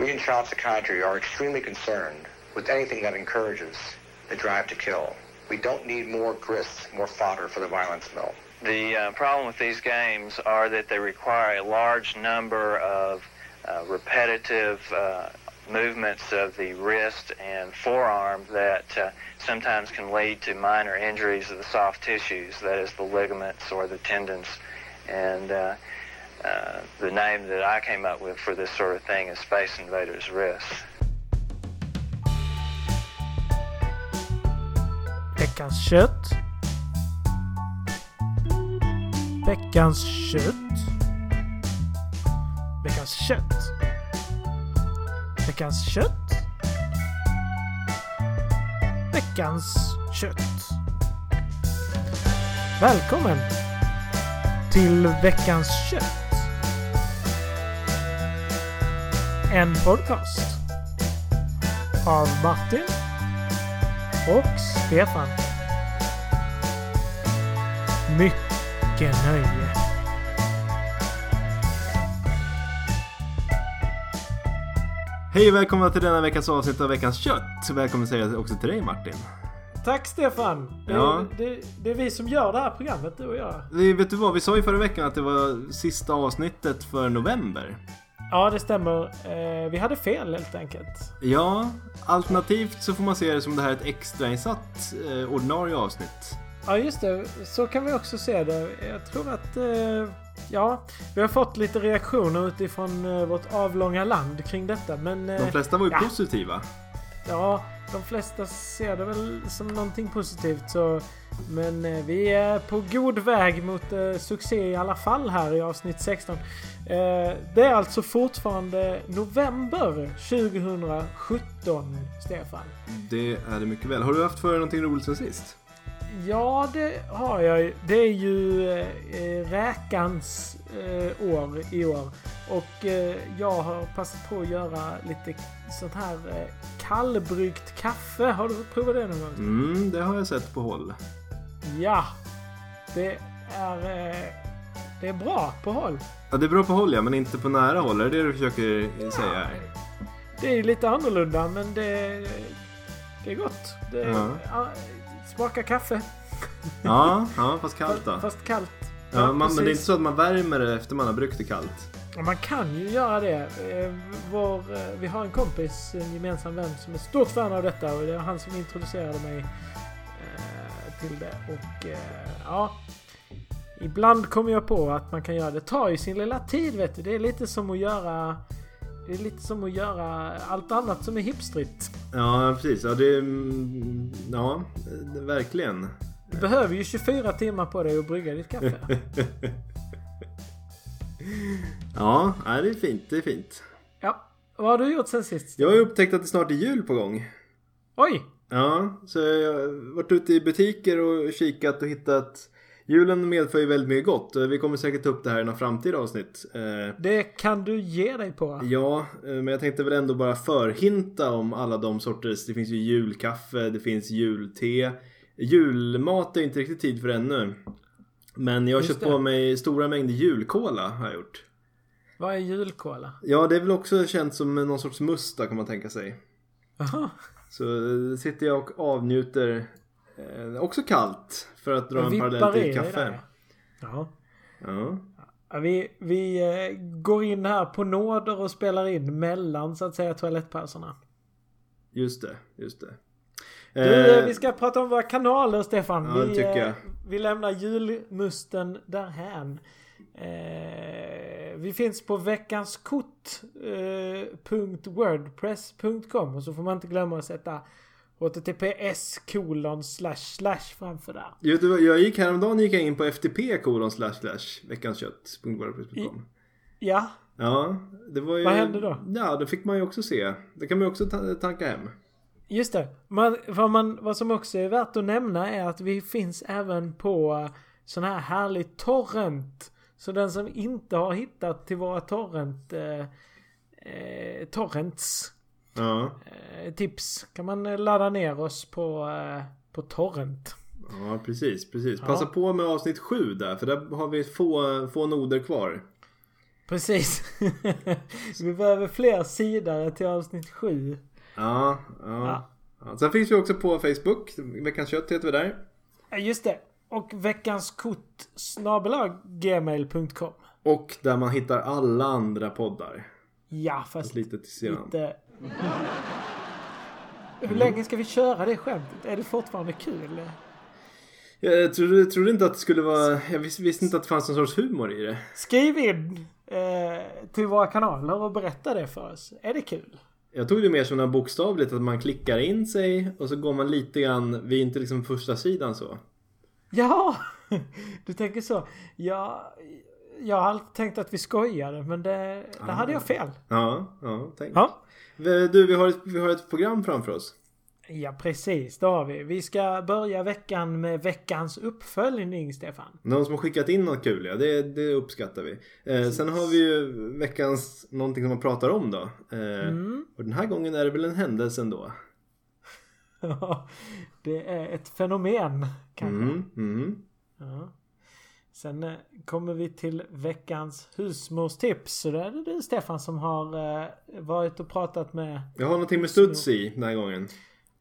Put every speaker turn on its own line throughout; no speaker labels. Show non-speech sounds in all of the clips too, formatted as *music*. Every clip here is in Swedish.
leading shots of country are extremely concerned with anything that encourages the drive to kill. We don't need more grist, more fodder for the violence mill.
The uh, problem with these games are that they require a large number of uh, repetitive uh, movements of the wrist and forearm that uh, sometimes can lead to minor injuries of the soft tissues, that is the ligaments or the tendons. And uh, the name that I came up with for this sort of thing is Space Invaders Wrist.
Veckans kött. Veckans kött. Veckans kött. Veckans kött. Veckans kött. Välkommen till Veckans kött. En podcast av Martin och Stefan. Mycket nöje.
Hej och välkomna till denna veckas avsnitt av Veckans Kött. Välkommen säger jag också till dig Martin.
Tack Stefan! Det,
Ja.
det, det är vi som gör det här programmet, du och jag.
Vi, vet du vad, vi sa ju förra veckan att det var sista avsnittet för november.
Ja, det stämmer. Eh, vi hade fel helt enkelt.
Ja, alternativt så får man se det som det här är ett extrainsatt eh, ordinarie avsnitt.
Ja, just det. Så kan vi också se det. Jag tror att... Eh, ja, vi har fått lite reaktioner utifrån eh, vårt avlånga land kring detta, men... Eh,
De flesta var ju
Ja.
positiva.
Ja, de flesta ser det väl som någonting positivt så... Men eh, vi är på god väg mot eh, succé i alla fall här i avsnitt 16. Eh, det är alltså fortfarande november 2017, Stefan.
Det är det mycket väl. Har du haft för dig någonting roligt sen sist?
Ja, det har jag ju. Det är ju eh, räkans eh, år i år. Och eh, jag har passat på att göra lite sånt här eh, kallbryggt kaffe. Har du provat det någon gång?
Mm, det har jag sett på håll.
Ja, det är, eh, det är bra på håll.
Ja, det är bra på håll ja, men inte på nära håll. Är det det du försöker eh, säga här?
Det är ju lite annorlunda, men det, det är gott. Det
Ja.
ah, smakar kaffe,
Ja, ja fast kallt då.
fast kallt.
Ja, man, men det är
precis.
inte så att man värmer det efter man har brukt det kallt.
Ja, Man kan ju göra det. Eh, Vår, eh, vi har en kompis, en gemensam vän som är stort fan av detta och det var han som introducerade mig eh, till det. Och eh, ja, ibland kommer jag på att man kan göra det. Det tar ju sin lilla tid vet du. Det är lite som att göra det är lite som att göra allt annat som är hipstrigt.
Ja, precis. Ja, det... mm, Ja, det- verkligen. *laughs*
Du behöver ju 24 timmar på dig att brygga ditt kaffe.
*laughs* Ja, nej, det är fint. Det är fint.
Ja, vad har du gjort sen sist?
Jag har ju upptäckt att det snart är jul på gång.
Oj!
Ja, så jag har varit ute i butiker och kikat och hittat. Julen medför ju väldigt mycket gott. Vi kommer säkert ta upp det här i några framtida avsnitt. Eh,
Det kan du ge dig på.
Ja, eh, men jag tänkte väl ändå bara förhinta om alla de sorters. Det finns ju julkaffe, det finns julte. Julmat är inte riktigt tid för ännu. Men jag har
Just
köpt
det.
på mig stora mängder julkola har jag gjort.
Vad är julkola?
Ja, det är väl också känt som någon sorts must då, kan man tänka sig.
Jaha.
Så eh, sitter jag och avnjuter eh, också kallt för att dra en
Vippar
parallell
i dig
till kaffe.
där, Ja.
Ja.
Ja, Vi, vi eh, går in här på nåder och spelar in mellan så att säga toalettpauserna.
Just det, just det.
Du, eh,
Eh,
vi ska prata om våra kanaler Stefan.
ja, det
vi,
tycker
eh,
jag.
vi lämnar julmusten därhän. Eh, vi finns på eh, veckanskort.wordpress.com och så får man inte glömma att sätta https kolon slash slash framför där.
Vet du vad, jag gick häromdagen gick jag in på ftp kolon slash slash
I-
veckanskött.wordpress.com
Ja,
Ja, det var ju...
Vad hände då?
Ja, då fick man ju också se. Det kan man ju också ta- tanka hem.
Just det. Man, vad, man, vad som också är värt att nämna är att vi finns även på eh, sån här härlig torrent. Så den som inte har hittat till våra torrent, eh, eh, torrents
Ja,
eh, tips kan man eh, ladda ner oss på, eh, på torrent. *laughs*
ja precis, precis.
Ja.
Passa på med avsnitt 7 där, för där har vi få, få noder kvar.
Precis. vi behöver fler sidare till avsnitt sju.
Ja, ja.
Ja.
Ja, Sen finns vi också på Facebook. Veckans kött heter vi där.
Ja, Just det. Och veckans kort snabelag gmail.com.
Och där man hittar alla andra poddar.
Ja, fast
Lite till sidan.
lite... Hur länge ska vi köra det skämtet? Är det fortfarande kul?
Jag trodde, trodde inte att det skulle vara... Jag vis- visste inte att det fanns någon sorts humor i det.
Skriv in eh, till våra kanaler och berätta det för oss. Är det kul?
Jag tog det mer som något bokstavligt, att man klickar in sig och så går man lite grann, vi är inte liksom första sidan så.
Ja, *laughs* du tänker så. Ja, jag har alltid tänkt att vi skojade, men det, där hade jag fel.
Ja, ja, tänk.
Ja.
V- Du, vi har, ett, vi har ett program framför oss.
ja, precis. Det har vi. Vi ska börja veckan med veckans uppföljning, Stefan. *laughs*
Någon som har skickat in något kul, ja, det, det uppskattar vi. Eh, sen har vi ju veckans, någonting som man pratar om då. Eh, Och den här gången är det väl en händelse ändå.
det är ett fenomen, kanske.
Mm, mm.
Ja. Sen eh, kommer vi till veckans husmorstips. Så där är det du, Stefan, som har eh, varit och pratat med.
Jag har någonting med studs i den här gången.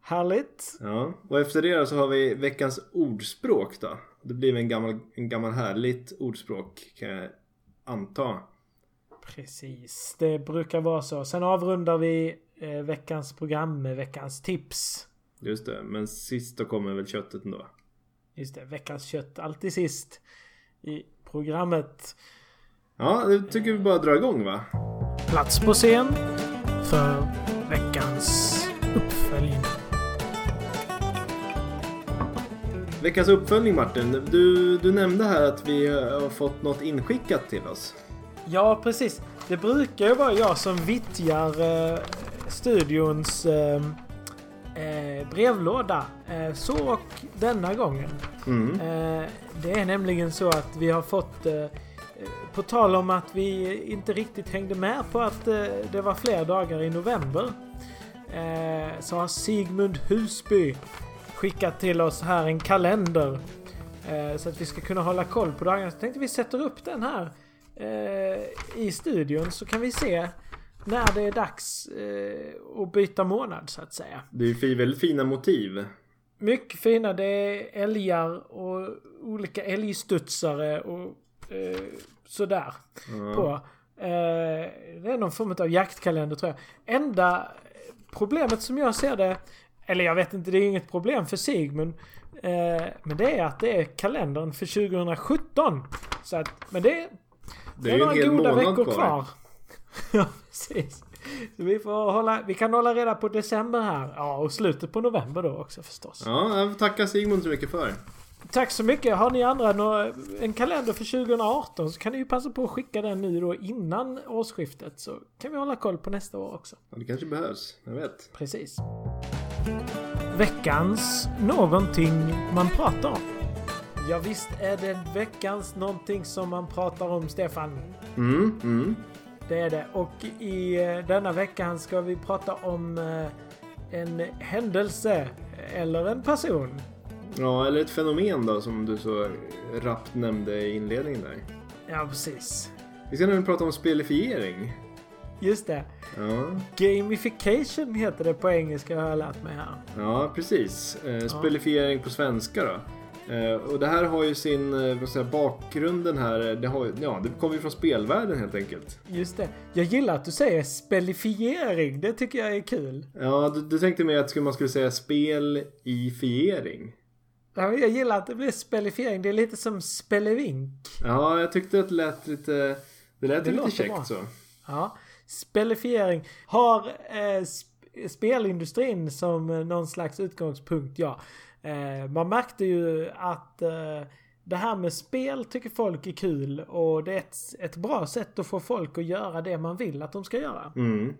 Härligt!
Ja, och efter det då så har vi veckans ordspråk då. Det blir en gammal, en gammal härligt ordspråk kan jag anta.
Precis, det brukar vara så. Sen avrundar vi eh, veckans program med veckans tips.
Just det, men sist då kommer väl köttet ändå.
Just det, veckans kött alltid sist i programmet.
Ja, det tycker vi bara drar igång va?
Plats på scen för veckans uppföljning.
Veckans uppföljning Martin. Du, du nämnde här att vi eh, har fått något inskickat till oss.
Ja, precis. Det brukar ju vara jag som vittjar eh, studions eh, eh, brevlåda. Eh, så och denna gången.
Mm.
Eh, det är nämligen så att vi har fått eh, eh, på tal om att vi inte riktigt hängde med på att eh, det var fler dagar i november. Eh, så har Sigmund Husby skickat till oss här en kalender. Eh, så att vi ska kunna hålla koll på dagarna. Så tänkte vi sätter upp den här eh, i studion så kan vi se när det är dags eh, att byta månad så att säga.
Det är ju fi- väldigt fina motiv.
Mycket fina. Det är älgar och olika älgstudsare och eh, sådär på. Eh, det är någon form av jaktkalender tror jag. Enda problemet som jag ser det, eller jag vet inte, det är inget problem för Sigmund. Eh, men det är att det är kalendern för 2017. Så att, men det,
Det är ju en hel månad kvar.
*laughs* ja, precis. Så vi, får hålla, vi kan hålla reda på december här. Ja, och slutet på november då också förstås.
Ja, jag får tacka Sigmund så mycket för.
Tack så mycket. Har ni andra nå- en kalender för 2018 så kan ni ju passa på att skicka den nu då innan årsskiftet så kan vi hålla koll på nästa år också.
Ja, det kanske behövs, jag vet.
Precis. Veckans någonting man pratar om. Ja visst är det veckans någonting som man pratar om Stefan.
Mm, mm.
Det är det. Och i eh, denna veckan ska vi prata om eh, en händelse eller en person.
Ja, eller ett fenomen då som du så rappt nämnde i inledningen där.
Ja precis.
Vi ska nämligen prata om spelifiering.
Just det.
Ja,
Gamification heter det på engelska har jag lärt mig här.
ja precis. Eh, spelifiering på svenska då. Eh, och det här har ju sin eh, vad ska jag säga, bakgrunden här. eh, Det, har, ju- ja, det kommer ju från spelvärlden helt enkelt.
Just det. Jag gillar att du säger spelifiering. Det tycker jag är kul.
Ja, du, du tänkte mer att skulle- man skulle säga spelifiering.
Ja, men Jag gillar att det blir spelifiering. Det är lite som spelevink.
Ja, jag tyckte att det lät lite, det lät
Det
lite
låter
käckt
bra.
så.
Ja. Spelifiering. Har eh, sp- spelindustrin som eh, någon slags utgångspunkt, ja. Eh, man märkte ju att eh, det här med spel tycker folk är kul och det är ett, ett bra sätt att få folk att göra det man vill att de ska göra.
Mm.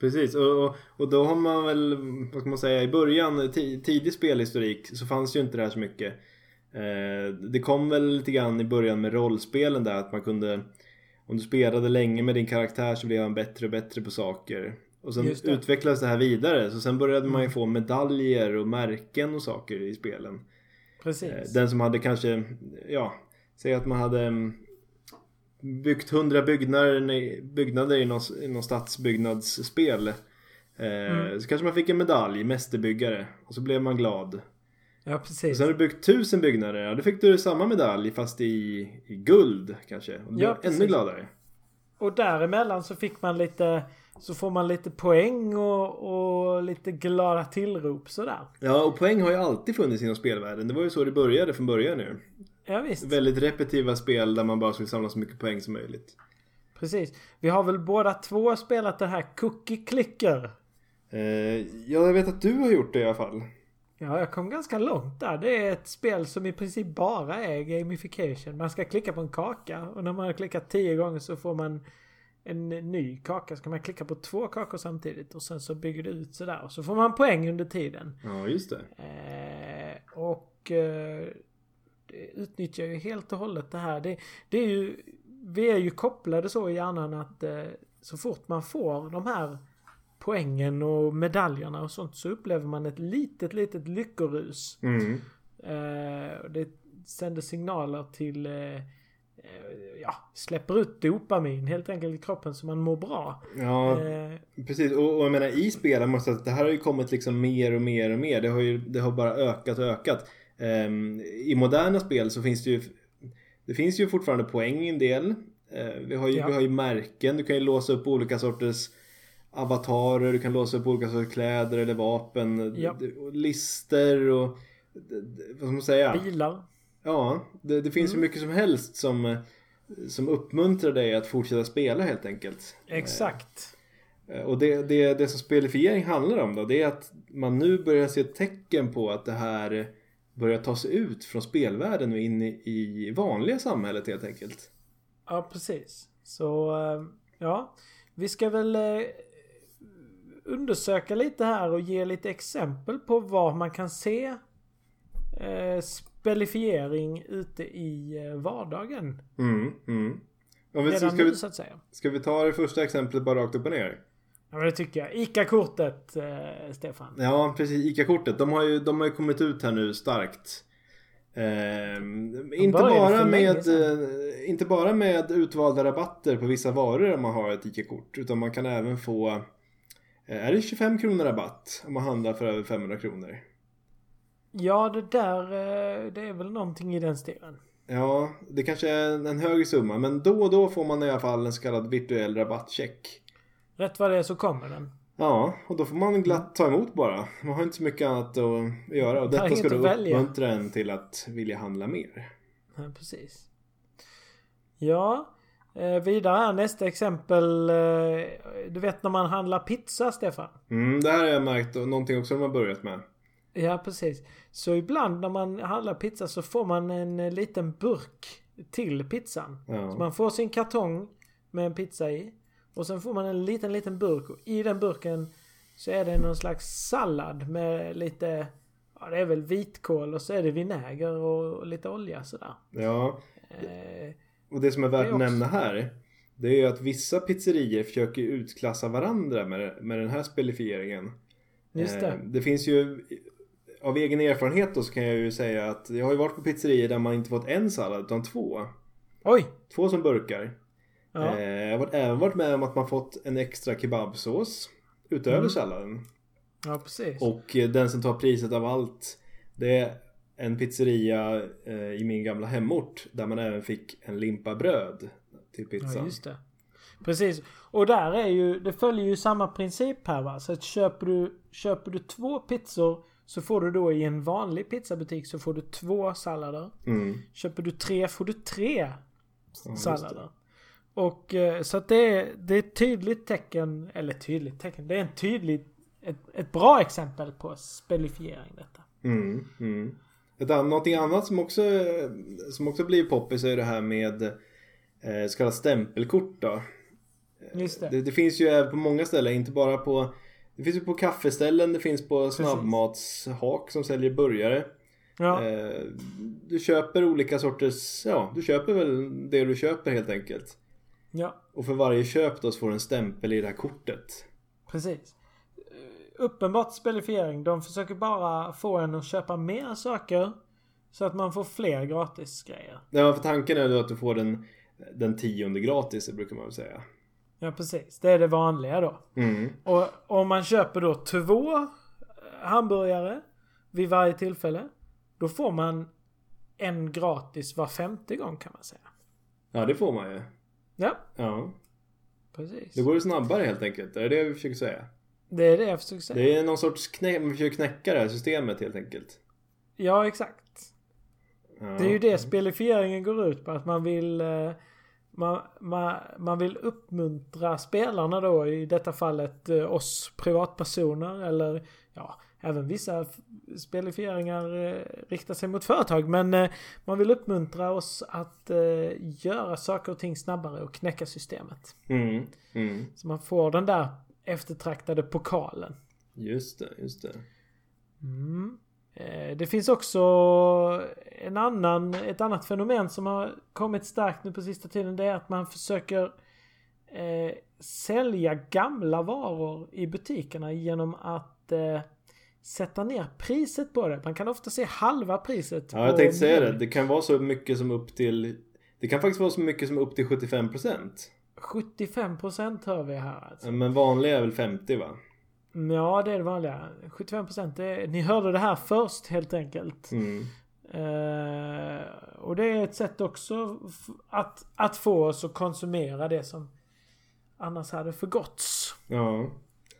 Precis, och, och, och då har man väl, vad ska man säga, i början, ti- tidig spelhistorik så fanns ju inte det här så mycket. Eh, det kom väl lite grann i början med rollspelen där att man kunde, om du spelade länge med din karaktär så blev han bättre och bättre på saker. Och sen
Just det. Mm.
utvecklades det här vidare, så sen började man ju få medaljer och märken och saker i spelen.
Precis.
Eh, Den som hade kanske, ja, säg att man hade mm, byggt hundra byggnader, i- byggnader i någon, i någon stadsbyggnadsspel. Eh,
Mm.
Så kanske man fick en medalj, mästerbyggare. Och så blev man glad.
Ja,
Och
precis.
sen har du byggt tusen byggnader. Ja, då fick du samma medalj fast i, i guld kanske. Och du
Ja,
ja,
precis.
ännu gladare.
Och däremellan så fick man lite så får man lite poäng och, och lite glada tillrop sådär.
Ja, och poäng har ju alltid funnits inom spelvärlden. Det var ju så det började från början nu.
Ja, visst.
Väldigt repetitiva spel där man bara skulle samla så mycket poäng som möjligt.
Precis. Vi har väl båda två spelat det här Cookie Clicker.
Eh, ja, jag vet att du har gjort det i alla fall.
Ja, jag kom ganska långt där. Det är ett spel som i princip bara är gamification. Man ska klicka på en kaka och när man har klickat tio gånger så får man en ny kaka. Så kan man klicka på två kakor samtidigt och sen så bygger det ut sådär. Och så får man poäng under tiden.
Ja, just det.
Eh, och eh, det utnyttjar ju helt och hållet det här. Det, det är ju, vi är ju kopplade så i hjärnan att eh, så fort man får de här poängen och medaljerna och sånt så upplever man ett litet, litet lyckorus.
Mm.
Eh, och det sänder signaler till eh, eh, Ja, släpper ut dopamin helt enkelt i kroppen så man mår bra.
Ja,
Eh,
precis. Och, och jag menar i spelen måste jag säga att det här har ju kommit liksom mer och mer och mer. Det har ju det har bara ökat och ökat. Ehm, I moderna spel så finns det ju Det finns ju fortfarande poäng i en del. Eh, vi, har ju,
Ja.
vi har ju märken. Du kan ju låsa upp olika sorters avatarer. Du kan låsa upp olika sorters kläder eller vapen.
Ja.
D- och Lister och d- d- vad ska man säga?
bilar.
Ja, det, det
Mm.
finns ju mycket som helst som, eh, som uppmuntrar dig att fortsätta spela helt enkelt.
Exakt.
Eh, Och det, det, det som spelifiering handlar om då, det är att man nu börjar se tecken på att det här börjar ta sig ut från spelvärlden och in i, i vanliga samhället helt enkelt.
Ja, precis. Så, eh, ja. Vi ska väl eh, undersöka lite här och ge lite exempel på var man kan se eh, spelifiering ute i eh, vardagen.
Mm, mm. Om vi,
Redan nu
ska, vi,
så att säga.
ska vi ta det första exemplet bara rakt upp och ner?
Ja, men det tycker jag. ICA-kortet, eh, Stefan.
Ja, precis. ICA-kortet. De har ju, de har ju kommit ut här nu starkt. Ehm, inte,
började för
bara
länge
med, eh, inte bara med utvalda rabatter på vissa varor om man har ett ICA-kort. Utan man kan även få eh, är det 25 kronor rabatt om man handlar för över 500 kronor.
Ja, det där, eh, det är väl någonting i den stilen.
Ja, det kanske är en en högre summa. Men då och då får man i alla fall en så kallad virtuell rabattcheck.
Rätt vad det är så kommer den.
Ja, och då får man glatt ta emot bara. Man har inte så mycket annat att göra. Och
Man har
detta ska
inget
då
att välja.
uppmuntra en till att vilja handla mer.
Ja, precis. Ja, eh, vidare här nästa exempel. Eh, du vet när man handlar pizza, Stefan?
Mm, det här har jag märkt och någonting också de har börjat med.
Ja, precis. Så ibland när man handlar pizza så får man en eh, liten burk till pizzan.
Ja.
Så man får sin kartong med en pizza i. Och sen får man en liten, liten burk. Och i den burken så är det någon slags sallad med lite, ja det är väl vitkål och så är det vinäger och, och lite olja sådär.
ja,
Eh,
och det som är
Det
värt
är
att
också-
nämna här det är ju att vissa pizzerier försöker utklassa varandra med, med den här spelifieringen.
just
Eh,
det.
det finns ju av egen erfarenhet då så kan jag ju säga att jag har ju varit på pizzerier där man inte fått en sallad utan två.
Oj!
Två som burkar.
Ja.
Eh, jag har varit- även varit med om att man fått en extra kebabsås utöver
Mm.
salladen.
Ja, precis.
Och eh, den som tar priset av allt Det är en pizzeria eh, i min gamla hemort Där man även fick en limpa bröd Till pizzan
Ja, just det. Precis. Och där är ju, det följer ju samma princip här va. Så att köper du, köper du två pizzor så får du då i en vanlig pizzabutik så får du två sallader.
Mm.
Köper du tre får du tre
Ja, just
sallader. Och eh, så att det är, det är ett tydligt tecken, eller tydligt tecken, det är en tydlig, ett, ett bra exempel på spelifiering detta.
det. Mm, mm. Ett, an- någonting annat som också Som också blir poppis är det här med eh, Så kallade stämpelkort då
Just
Eh, det,
det.
det finns ju även på många ställen, inte bara på Det finns ju på kaffeställen, det finns på snabbmatshak som säljer burgare
Ja,
Eh, Du köper olika sorters, ja du köper väl det du köper helt enkelt.
ja.
Och för varje köp då så får du en stämpel i det här kortet.
Precis. Eh, Uppenbart spelifiering. De försöker bara få en att köpa mer saker. Så att man får fler gratisgrejer.
Ja, för tanken är då att du får den den tionde gratis, det brukar man väl säga.
Ja precis, det är det vanliga då.
Mm.
Och om man köper då två eh, hamburgare vid varje tillfälle. Då får man en gratis var femte gång kan man säga.
Ja, det får man ju.
Ja,
Ja.
precis.
Då går det snabbare helt enkelt. Det är det vi försöker säga.
Det är det jag försöker säga.
Det är någon sorts knä... Man försöker knäcka det här systemet helt enkelt.
Ja, exakt.
Ja.
Det är ju det spelifieringen går ut på. Att man vill... eh, Man, man, man vill uppmuntra spelarna då, i detta fallet eh, oss privatpersoner eller ja, även vissa f- spelifieringar eh, riktar sig mot företag. Men eh, man vill uppmuntra oss att eh, göra saker och ting snabbare och knäcka systemet.
Mm. Mm.
Så man får den där eftertraktade pokalen.
Just det, just det.
Mm. Eh, Det finns också en annan, ett annat fenomen som har kommit starkt nu på sista tiden. Det är att man försöker eh, sälja gamla varor i butikerna genom att eh, sätta ner priset på det. Man kan ofta se halva priset.
Ja, jag
på
tänkte säga det.
menyn.
Det kan vara så mycket som upp till... Det kan faktiskt vara så mycket som upp till 75%.
75% hör vi här alltså.
Men vanliga är väl 50 va?
Mm, Ja, det är det vanliga. 75% det är, Ni hörde det här först helt enkelt.
Mm.
Eh, och det är ett sätt också f- att, att få oss att konsumera det som annars hade förgåtts.
Ja.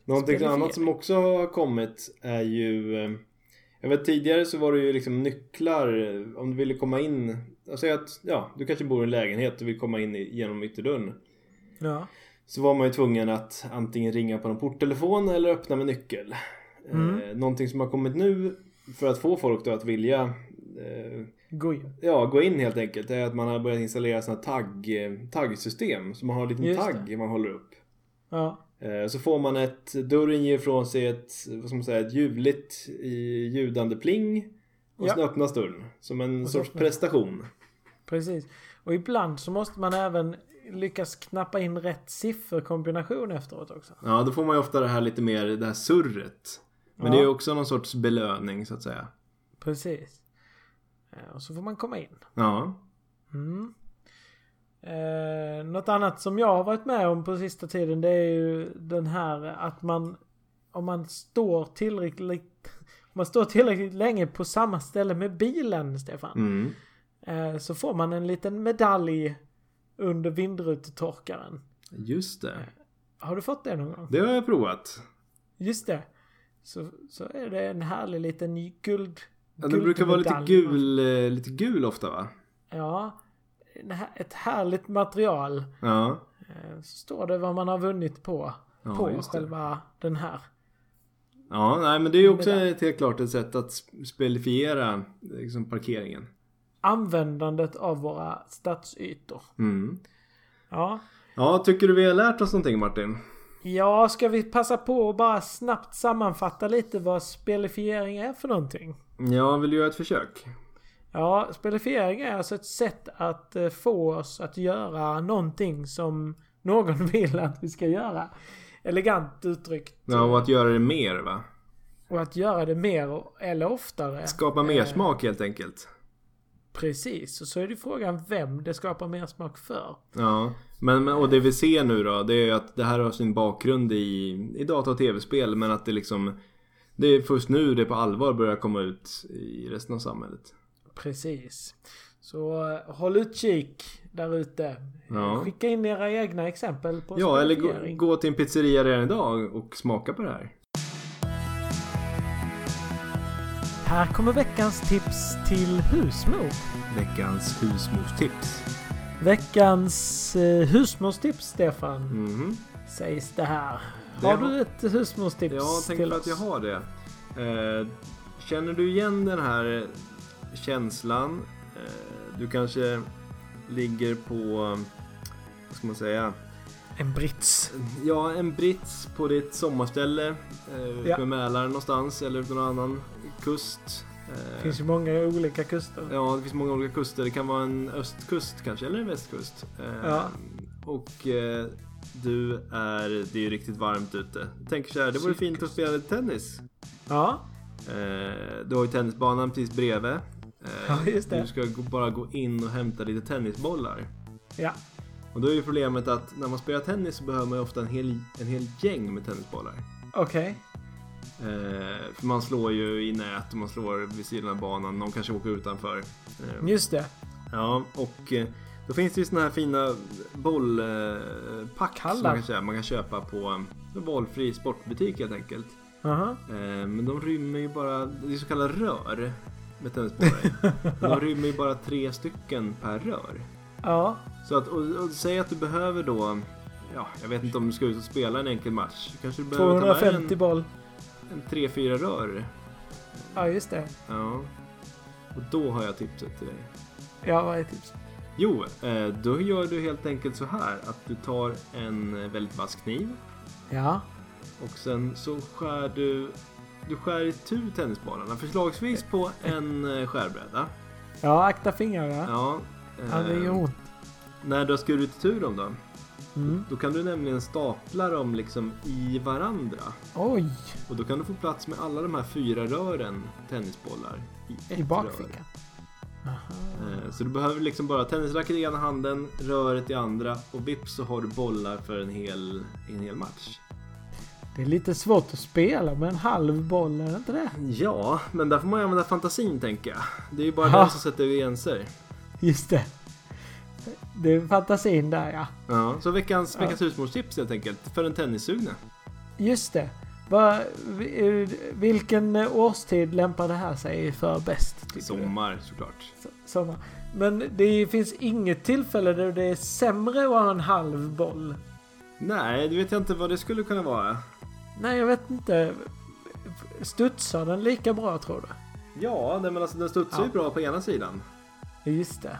Någonting
Spelifiering.
annat som också har kommit är ju... eh, Jag vet tidigare så var det ju liksom nycklar eh, om du ville komma in. Säg att ja, du kanske bor i en lägenhet och vill komma in i- genom ytterdörren.
Ja.
Så var man ju tvungen att antingen ringa på någon porttelefon eller öppna med nyckel. Eh, någonting som har kommit nu för att få folk då att vilja eh,
Gå in.
ja, gå in helt enkelt är att man har börjat installera sådana tagg, eh, taggsystem. Så man har en liten
Just
tagg man håller upp.
Ja.
Eh, Så får man ett, dörren ger ifrån sig ett, vad ska man säga, ett ljuvligt eh, ljudande pling. Och
Ja.
sen öppnas dörren. Som en
Och så
sorts
öppnas-
prestation.
Precis. Och ibland så måste man även lyckas knappa in rätt sifferkombination efteråt också.
Ja, då får man ju ofta det här lite mer, det här surret. Men
Ja.
det är ju också någon sorts belöning så att säga.
Precis. Eh, Och så får man komma in.
Ja.
Mm. Eh, något annat som jag har varit med om på sista tiden det är ju den här att man om man står tillräckligt om man står tillräckligt länge på samma ställe med bilen Stefan
Mm.
eh, så får man en liten medalj under vindrutetorkaren.
Just det.
Har du fått det någon gång?
Det har jag provat.
Just det. Så, så är det en härlig liten guld
Ja, det brukar vara lite
guldmedalj.
gul, eh, lite gul ofta va?
Ja. En här- Ett härligt material.
Ja.
Eh, Så står det vad man har vunnit på.
Ja,
på
just det.
själva den här.
Ja, nej men det är ju också
Medalj.
ett helt klart ett sätt att sp- spelifiera liksom, parkeringen.
Användandet av våra stadsytor.
Mm.
Ja.
Ja, tycker du vi har lärt oss någonting Martin?
ja, ska vi passa på och bara snabbt sammanfatta lite vad spelifiering är för någonting?
Ja, vill du göra ett försök?
Ja, spelifiering är alltså ett sätt att eh, få oss att göra någonting som någon *laughs* vill att vi ska göra. Elegant uttryckt.
Ja, och att göra det mer va?
Och att göra det mer och- eller oftare. Eh,
Skapa mer smak helt enkelt.
Precis. Och så är det frågan vem det skapar mer smak för.
Ja, men, men och det vi ser nu då det är ju att det här har sin bakgrund i, i data och tv-spel men att det liksom det är först nu det på allvar börjar komma ut i resten av samhället.
Precis. Så eh, håll utkik där ute.
Ja.
Skicka in era egna exempel på
Ja, eller gå,
spelifiering.
gå till en pizzeria redan idag och smaka på det här.
Här kommer veckans tips till husmor.
Veckans husmorstips.
Veckans eh, husmorstips, Stefan,
Mhm.
sägs det här.
Det
Har
har-
du ett husmorstips
Jag tänker
till
på
oss?
att jag har det. Eh, känner du igen den här känslan? Eh, du kanske ligger på, vad ska man säga,
En brits.
ja en brits på ditt sommarställe eh,
Ja.
uppe i Mälaren någonstans eller på någon annan kust.
Det
Eh,
finns ju många olika kuster.
Ja, det finns många olika kuster. Det kan vara en östkust kanske, eller en västkust. Eh,
Ja.
Och eh, du är, det är ju riktigt varmt ute. Tänker så här, det vore fint att spela lite tennis.
Ja,
Eh, du har ju tennisbanan precis bredvid. Eh,
Ja, just det.
Du ska gå, bara gå in och hämta lite tennisbollar.
Ja.
Och då är ju problemet att när man spelar tennis så behöver man ju ofta en hel, en hel gäng med tennisbollar.
Okej.
Eh, för man slår ju i nät och man slår vid sidan av banan. Någon kanske åker utanför. Eh,
Just det.
Ja, och eh, då finns det ju såna här fina bollpack som
Pallar.
man kan, köpa. man kan köpa på en valfri sportbutik helt enkelt.
Aha.
Eh, Men de rymmer ju bara, det är så kallade rör med tennisbollar i. Men De rymmer ju bara tre stycken per rör.
Ja.
Så att, och, och säg att du behöver då, ja, jag vet inte om du ska ut och spela en enkel match. Kanske du behöver ta med
250
en,
boll.
en tre, fyra rör.
Ja, just det.
Ja. Och då har jag tipset till dig.
Ja, vad är tipset?
Jo, eh, då gör du helt enkelt så här att du tar en eh, väldigt vass kniv
Ja.
och sen så skär du du skär itu tennisbollarna, förslagsvis på en eh, skärbräda.
Ja, akta fingrarna.
Ja,
Ja, det
eh,
gör ont.
när du har skurit itu dem då,
Mm.
då kan du nämligen stapla dem liksom i varandra.
Oj,
Och då kan du få plats med alla de här fyra rören tennisbollar i ett
i
rör.
bakfickan. Aha.
Eh, Så du behöver liksom bara tennisracket i ena handen, röret i andra och vips så har du bollar för en hel, en hel match.
Det är lite svårt att spela med en halv boll, är det inte det?
Ja, men där får man ju använda fantasin tänker jag. Det är ju bara
Ha.
den som sätter gränser.
Just det. Det är fantasin där, ja.
Ja, så veckans,
Ja.
veckans husmorstips helt enkelt, för en tennissugne.
Just det. Va, vi- eh, vilken eh, årstid lämpar det här sig för bäst? tycker du?
Sommar såklart.
S- Sommar. Men det finns inget tillfälle där det är sämre att ha en halv boll.
Nej, det vet jag inte vad det skulle kunna vara.
Nej, jag vet inte. Studsar den lika bra, tror du?
Ja, nej, men alltså den studsar ju
Ja.
bra på ena sidan.
Just det.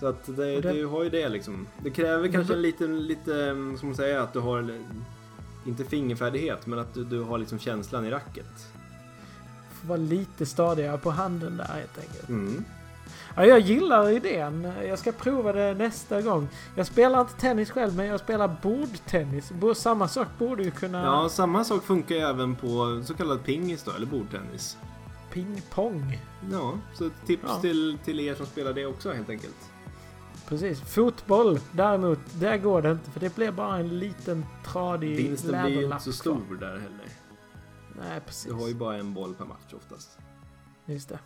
Så att det,
Och
det...
det- Mm.
du har ju det liksom. Det kräver kanske
det-
en liten, lite, mm, som man säger, att du har, en- inte fingerfärdighet, men att du, du har liksom känslan i racket.
Får vara lite stadigare på handen där, helt enkelt.
Mm.
Ja, jag gillar idén. Jag ska prova det nästa gång. Jag spelar inte tennis själv, men jag spelar bordtennis. Bo- Samma sak borde ju kunna...
Ja, samma sak funkar ju även på så kallad pingis då, eller bordtennis.
Ping-pong.
Ja, så ett tips
Ja.
till, till er som spelar det också helt enkelt.
Precis. Fotboll däremot, där går det inte. För det blir bara en liten tradig
Vinsten blir ju inte
Mm. läderlapp
så
kvar.
stor där heller.
Nej, precis.
Du har ju bara en boll per match oftast.
Just det.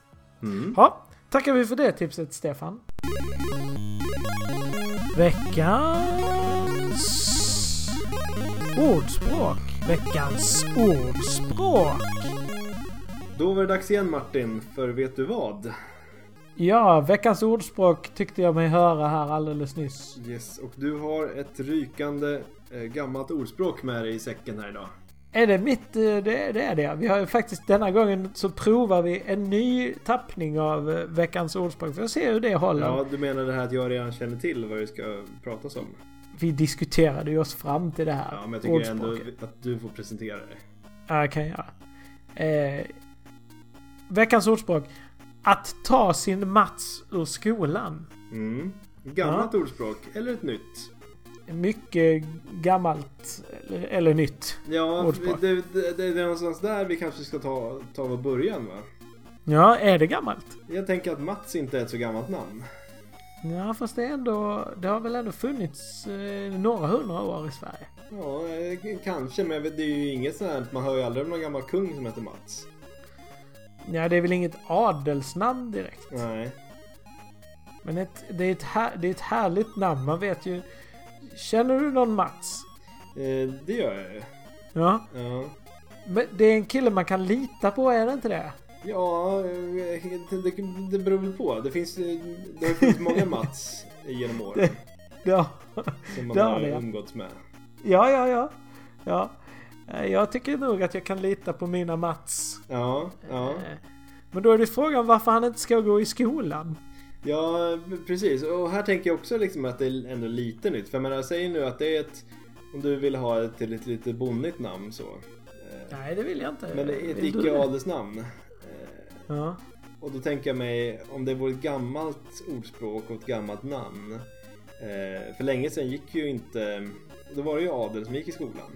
Mm.
Ja, tackar vi för det tipset, Stefan. Veckans ordspråk. Veckans ordspråk.
Då var det dags igen Martin, för vet du vad?
Ja, veckans ordspråk tyckte jag mig höra här alldeles nyss.
Yes, och du har ett rykande eh, gammalt ordspråk med dig i säcken här idag.
Är det mitt? eh, Det, det är det. Vi har ju faktiskt denna gången så provar vi en ny tappning av eh, veckans ordspråk. För att se hur det håller.
Ja, du menar det här att jag redan känner till vad det ska pratas om?
Vi diskuterade ju oss fram till det här
Ja, men jag tycker ändå att du får presentera det.
Ja, jag kan göra. Eh, veckans ordspråk. Att ta sin Mats ur skolan.
Mm. Gammalt ordspråk, eller ett nytt?
Mycket gammalt, eller, eller nytt.
Ja,
Ordspråk.
det, det, det är någonstans där vi kanske ska ta, ta vår början va?
Ja, är det gammalt?
Jag tänker att Mats inte är ett så gammalt namn.
Ja, fast det är ändå... Det har väl ändå funnits eh, några hundra år i Sverige?
Ja, eh, k- kanske, men jag vet- det är ju inget sånt här, man hör ju aldrig om någon gammal kung som heter Mats.
Ja, det är väl inget adelsnamn direkt.
Nej.
Men ett, det, är ett här, det är ett härligt namn. Man vet ju... Känner du någon Mats?
Eh, det gör jag ju.
Ja.
Ja.
Men det är en kille man kan lita på, är det inte det?
Ja, eh, det, det, det beror väl på. Det finns, eh, det har ju funnits många Mats genom åren
*laughs* Ja.
som man
det har
har
det, ja.
umgåtts med.
Ja, ja, ja. Ja. Eh, Jag tycker nog att jag kan lita på mina Mats.
Ja, ja.
Eh, Men då är det frågan varför han inte ska gå i skolan.
Ja, precis. Och här tänker jag också liksom att det är ändå lite nytt. För jag menar, säg nu att det är ett... Om du vill ha ett till ett lite bonnigt namn så. Eh,
Nej, det vill jag inte.
Men det är ett
Vill du det?
icke-adelsnamn. Eh,
Ja.
Och då tänker jag mig, om det vore ett gammalt ordspråk och ett gammalt namn. Eh, för länge sedan gick ju inte... Då var det ju adel som gick i skolan.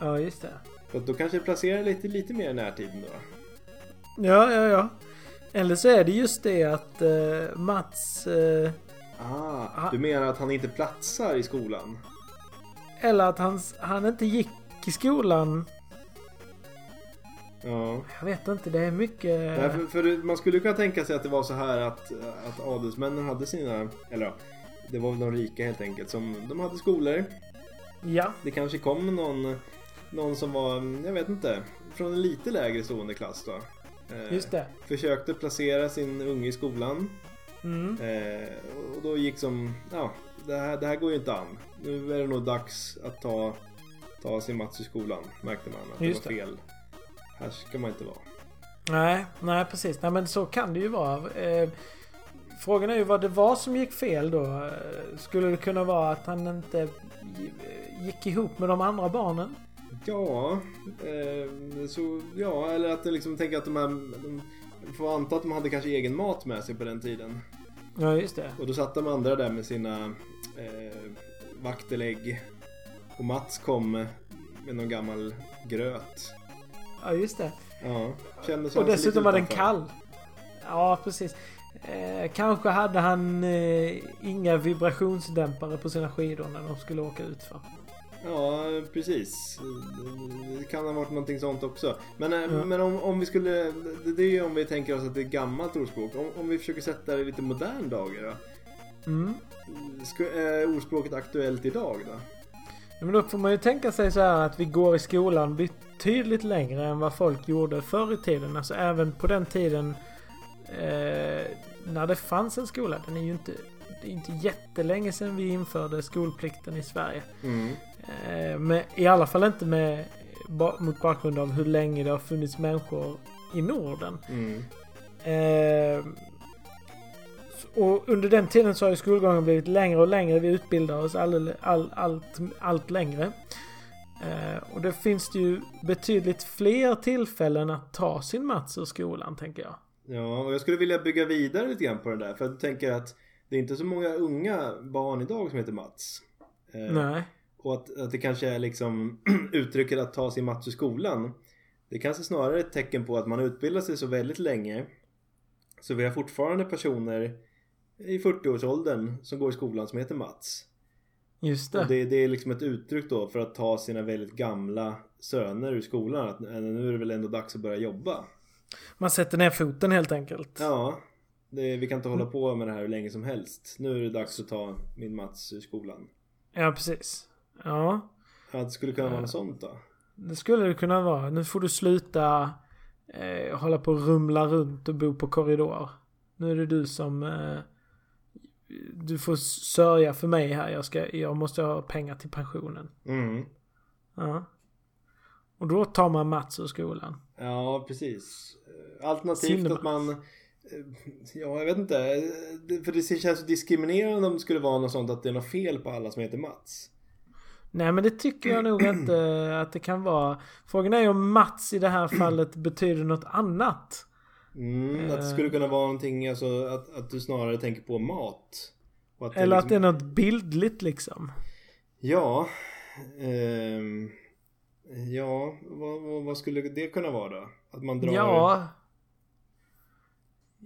ja, just det.
Så att då kanske det placerar lite, lite mer i närtiden då.
Ja, ja, ja. Eller så är det just det att eh, Mats eh,
Ah, du menar att han inte platsar i skolan?
Eller att han, han inte gick i skolan.
Ja.
Jag vet inte, det är mycket...
Nej, för, för man skulle kunna tänka sig att det var så här att, att adelsmännen hade sina, eller ja, det var väl de rika helt enkelt, som de hade skolor.
Ja,
Det kanske kom någon, någon som var, jag vet inte, från en lite lägre stående klass då. Eh,
just det.
Försökte placera sin unge i skolan
Mm.
Eh, och då gick som, ja, det här, det här går ju inte an. Nu är det nog dags att ta, ta sin Mats i skolan, märkte man. Att
Just
det var
det.
fel. Här ska man inte vara.
Nej, nej precis. Nej, men så kan det ju vara. Eh, frågan är ju vad det var som gick fel då. Eh, Skulle det kunna vara att han inte gi- eh, gick ihop med de andra barnen?
Ja, eh, så, ja, eller att jag liksom tänker att de här, de, man får anta att de hade kanske egen mat med sig på den tiden.
Ja, just det.
Och då satt de andra där med sina eh, vaktelägg. Och Mats kom med någon gammal gröt.
Ja, just det.
Ja, kändes
Och
han sig lite
dessutom var den
utanför.
kall. Ja, precis. Eh, kanske hade han eh, inga vibrationsdämpare på sina skidor när de skulle åka utför.
Ja, precis. Det kan ha varit någonting sånt också. Men, eh,
Ja.
men om, om vi skulle... Det, det är ju om vi tänker oss att det är ett gammalt ordspråk. Om, om vi försöker sätta det i lite modern dager då?
Mm.
Sku, är ordspråket aktuellt idag då?
Ja, Men då får man ju tänka sig så här att vi går i skolan betydligt längre än vad folk gjorde förr i tiden. Alltså även på den tiden eh, när det fanns en skola. Den är ju inte, det är inte jättelänge sedan vi införde skolplikten i Sverige. Eh, men I alla fall inte med, ba, mot bakgrund av hur länge det har funnits människor i Norden.
Mm.
Eh, och under den tiden så har ju skolgången blivit längre och längre. Vi utbildar oss all, all, allt, allt längre. Eh, och det finns det ju betydligt fler tillfällen att ta sin Mats ur skolan, tänker jag.
Ja, och jag skulle vilja bygga vidare lite grann på den där. För jag tänker att det är inte så många unga barn idag som heter Mats. Eh,
Nej.
Och att, att det kanske är liksom *clears throat* uttrycket att ta sin Mats ur skolan. Det kanske snarare är ett tecken på att man utbildar sig så väldigt länge. Så vi har fortfarande personer i 40-årsåldern som går i skolan som heter Mats.
Just det.
Och det, det är liksom ett uttryck då för att ta sina väldigt gamla söner ur skolan. Att äh, nu är det väl ändå dags att börja jobba.
Man sätter ner foten helt enkelt.
Ja, det, vi kan inte hålla på med det här hur länge som helst. Nu är det dags att ta min Mats ur skolan.
Ja, precis. Ja,
Ja, det skulle kunna vara något sånt då.
det skulle det kunna vara. Nu får du sluta eh, hålla på och rumla runt och bo på korridor. Nu är det du som... Eh, du får sörja för mig här. Jag, ska, jag måste ha pengar till pensionen.
Mm.
Ja. Och då tar man Mats ur skolan.
Ja, precis. Eh, Alternativt
Silver.
att man... eh, Ja, jag vet inte. Eh, det- För det känns så diskriminerande om det skulle vara något sånt att det är något fel på alla som heter Mats.
Nej men det tycker jag nog inte att det kan vara. Frågan är ju om Mats i det här fallet betyder något annat.
Mm, att det
Eh.
skulle kunna vara någonting, alltså att, att du snarare tänker på mat. Och att
Eller att
liksom-
det är något bildligt liksom.
Ja. ehm, ja, vad, vad, vad skulle det kunna vara då? Att man drar...
Ja.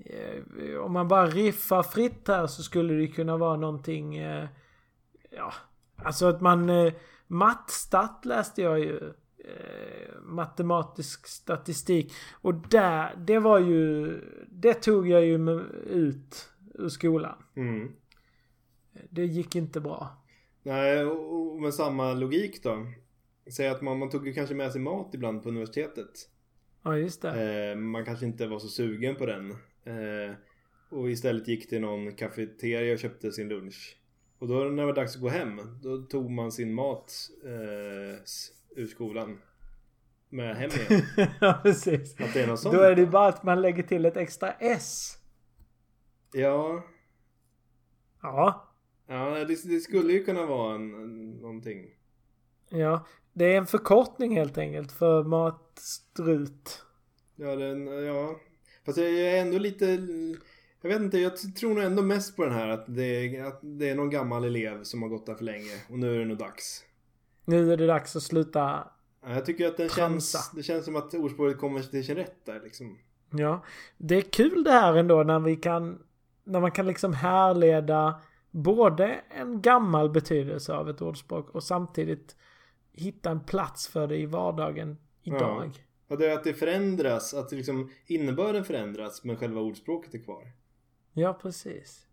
Eh, Om man bara riffar fritt här så skulle det ju kunna vara någonting... eh, Ja, alltså att man... eh, Mattstat läste jag ju. eh, Matematisk statistik. Och där, det var ju... Det tog jag ju med- ut ur skolan.
Mm.
Det gick inte bra.
Nej, och och med samma logik då. Säg att man, man tog ju kanske med sig mat ibland på universitetet.
Ja, just det.
Eh, man kanske inte var så sugen på den. Eh, och istället gick till någon kafeteria och köpte sin lunch. Och då när det var dags att gå hem, då tog man sin mat eh, s- ur skolan. Med hem
*laughs*
igen.
*laughs* ja, precis.
Att det är något sånt.
Då är det ju bara att man lägger till ett extra S.
Ja,
Ja,
ja det, det skulle ju kunna vara en, en, någonting.
Ja, det är en förkortning helt enkelt för matstrut.
Ja, den, ja. Fast jag jag är ändå lite... Jag vet inte, jag t- tror nog ändå mest på den här att det, är, att det är någon gammal elev som har gått där för länge och nu är det nog dags.
Nu är det dags att sluta.
Ja, Jag tycker att den känns,
Tramsa.
det känns som att ordspråket kommer till sin rätt där liksom.
Ja, det är kul det här ändå när vi kan, när man kan liksom härleda både en gammal betydelse av ett ordspråk och samtidigt hitta en plats för det i vardagen idag.
Ja. Ja, det är att det förändras, att det liksom innebörden förändras men själva ordspråket är kvar.
Ja, precis.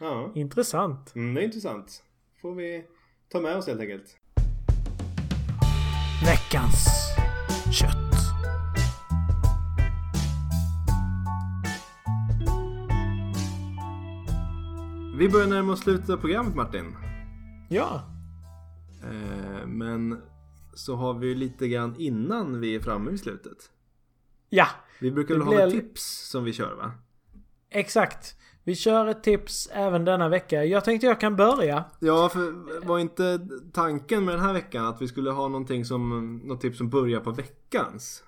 Ja,
Intressant.
mm, det är intressant. Får vi ta med oss helt enkelt.
Veckans kött.
Vi börjar närma oss slutet av programmet Martin.
Ja,
Eh, men så har vi ju lite grann innan vi är framme vid slutet.
ja,
Vi brukar
Det
väl
blir-
ha tips som vi kör va?
exakt. Vi kör ett tips även denna vecka. Jag tänkte jag kan börja.
Ja, för var inte tanken med den här veckan att vi skulle ha någonting som, något tips som börjar på veckans?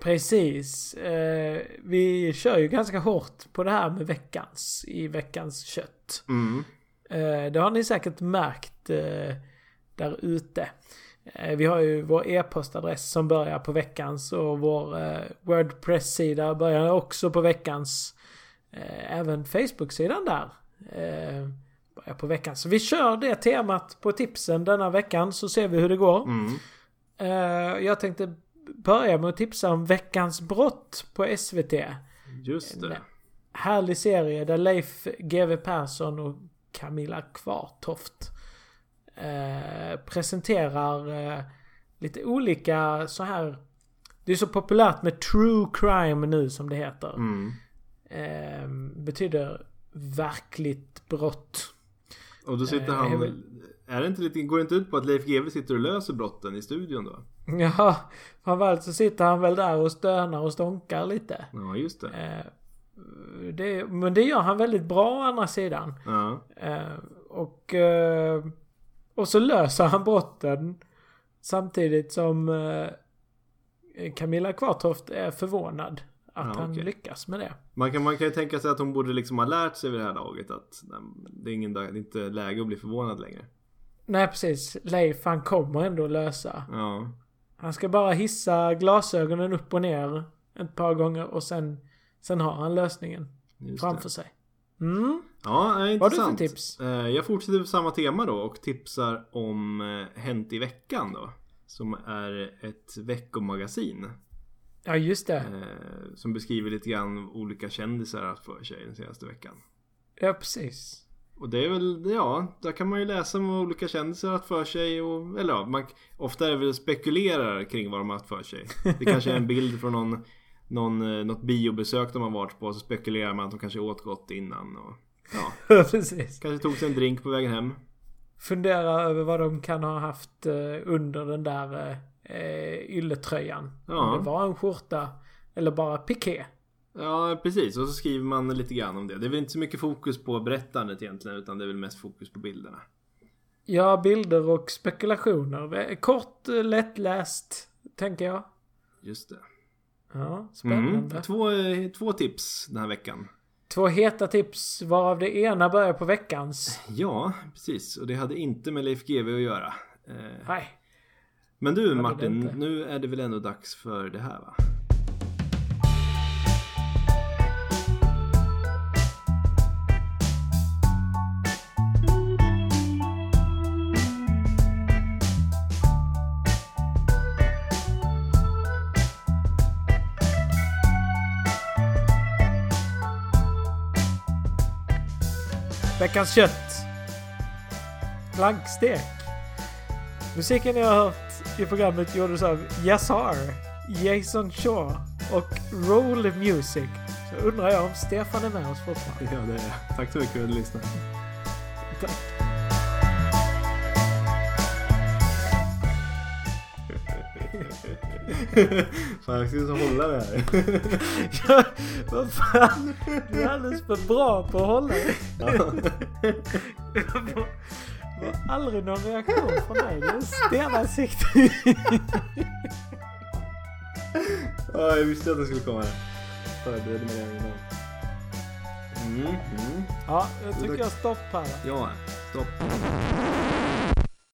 Precis. Eh, vi kör ju ganska hårt på det här med veckans i veckans kött.
Mm.
Eh, det har ni säkert märkt eh, där ute. Eh, vi har ju vår e-postadress som börjar på veckans och vår eh, Wordpress-sida börjar också på veckans. Eh, även Facebook-sidan där eh, börjar på veckans. Så vi kör det temat på tipsen denna veckan så ser vi hur det går.
Mm.
Eh, jag tänkte börja med att tipsa om Veckans brott på SVT.
Just det.
Nej. Härlig serie där Leif GW Persson och Camilla Kvartoft eh, presenterar eh, lite olika så här. Det är så populärt med true crime nu som det heter.
Mm.
Eh, betyder verkligt brott. *laughs*
Och då sitter
Eh,
han...
jag vill-
Är det inte lite, går det inte ut på att Leif GW sitter och löser brotten i studion då?
Ja, framförallt så sitter han väl där och stönar och stonkar lite.
Ja, just det.
Eh, det, men det gör han väldigt bra å andra sidan.
Ja.
Eh, och, eh, och så löser han brotten samtidigt som eh, Camilla Kvartoft är förvånad att
Ja,
han
okej.
lyckas med det.
Man, kan, man kan ju tänka sig att hon borde liksom ha lärt sig vid det här laget att nej, det är ingen dag, det är inte läge att bli förvånad längre.
Nej precis, Leif han kommer ändå lösa.
Ja.
Han ska bara hissa glasögonen upp och ner ett par gånger och sen, sen har han lösningen
Just
framför
det.
sig. Mm.
Ja, är
Vad har du för
intressant.
tips?
Eh, Jag fortsätter på samma tema då och tipsar om eh, Hänt i veckan då. Som är ett veckomagasin.
Ja just det.
Eh, som beskriver lite grann olika kändisar har haft för sig den senaste veckan.
Ja precis. *laughs*
Och det är väl, ja, där kan man ju läsa om vad olika kändisar har haft för sig och, eller ja, man, ofta är det väl spekulerar kring vad de har haft för sig. Det kanske är en bild från någon, någon, eh, något biobesök de har varit på så spekulerar man att de kanske åt gott innan och ja,
precis.
kanske tog sig en drink på vägen hem.
fundera över vad de kan ha haft eh, under den där eh, eh, ylletröjan.
Ja.
Om det var en skjorta eller bara piké.
Ja, precis. Och så skriver man lite grann om det. Det är väl inte så mycket fokus på berättandet egentligen utan det är väl mest fokus på bilderna.
Ja, bilder och spekulationer. Eh, Kort, eh, lättläst, tänker jag.
Just det.
Ja,
Mm.
spännande.
Två, eh, två tips den här veckan.
Två heta tips, varav det ena börjar på veckans.
*laughs* Ja, precis. Och det hade inte med Leif GW att göra. Eh,
Nej.
Men du
det
Martin,
inte.
nu är det väl ändå dags för det här va?
Veckans kött. Plankstek. Musiken jag har hört i programmet gjordes av Yazar, Jason Shaw och Roll Music. Så undrar jag om Stefan är med oss fortfarande.
*laughs* Ja, det är det. Tack så mycket för att du lyssnade.
Tack.
*laughs* Fan, jag ska så hålla det *laughs* här.
Vad fan? Du är alldeles för bra på att hålla dig. Det var- det var aldrig någon reaktion från dig. Du är *laughs* stenansikte.
Ja, jag visste att det skulle komma. här. Förberedde mig redan innan. Mm. Mm.
Ja, jag tycker jag stopp här.
Ja, stopp.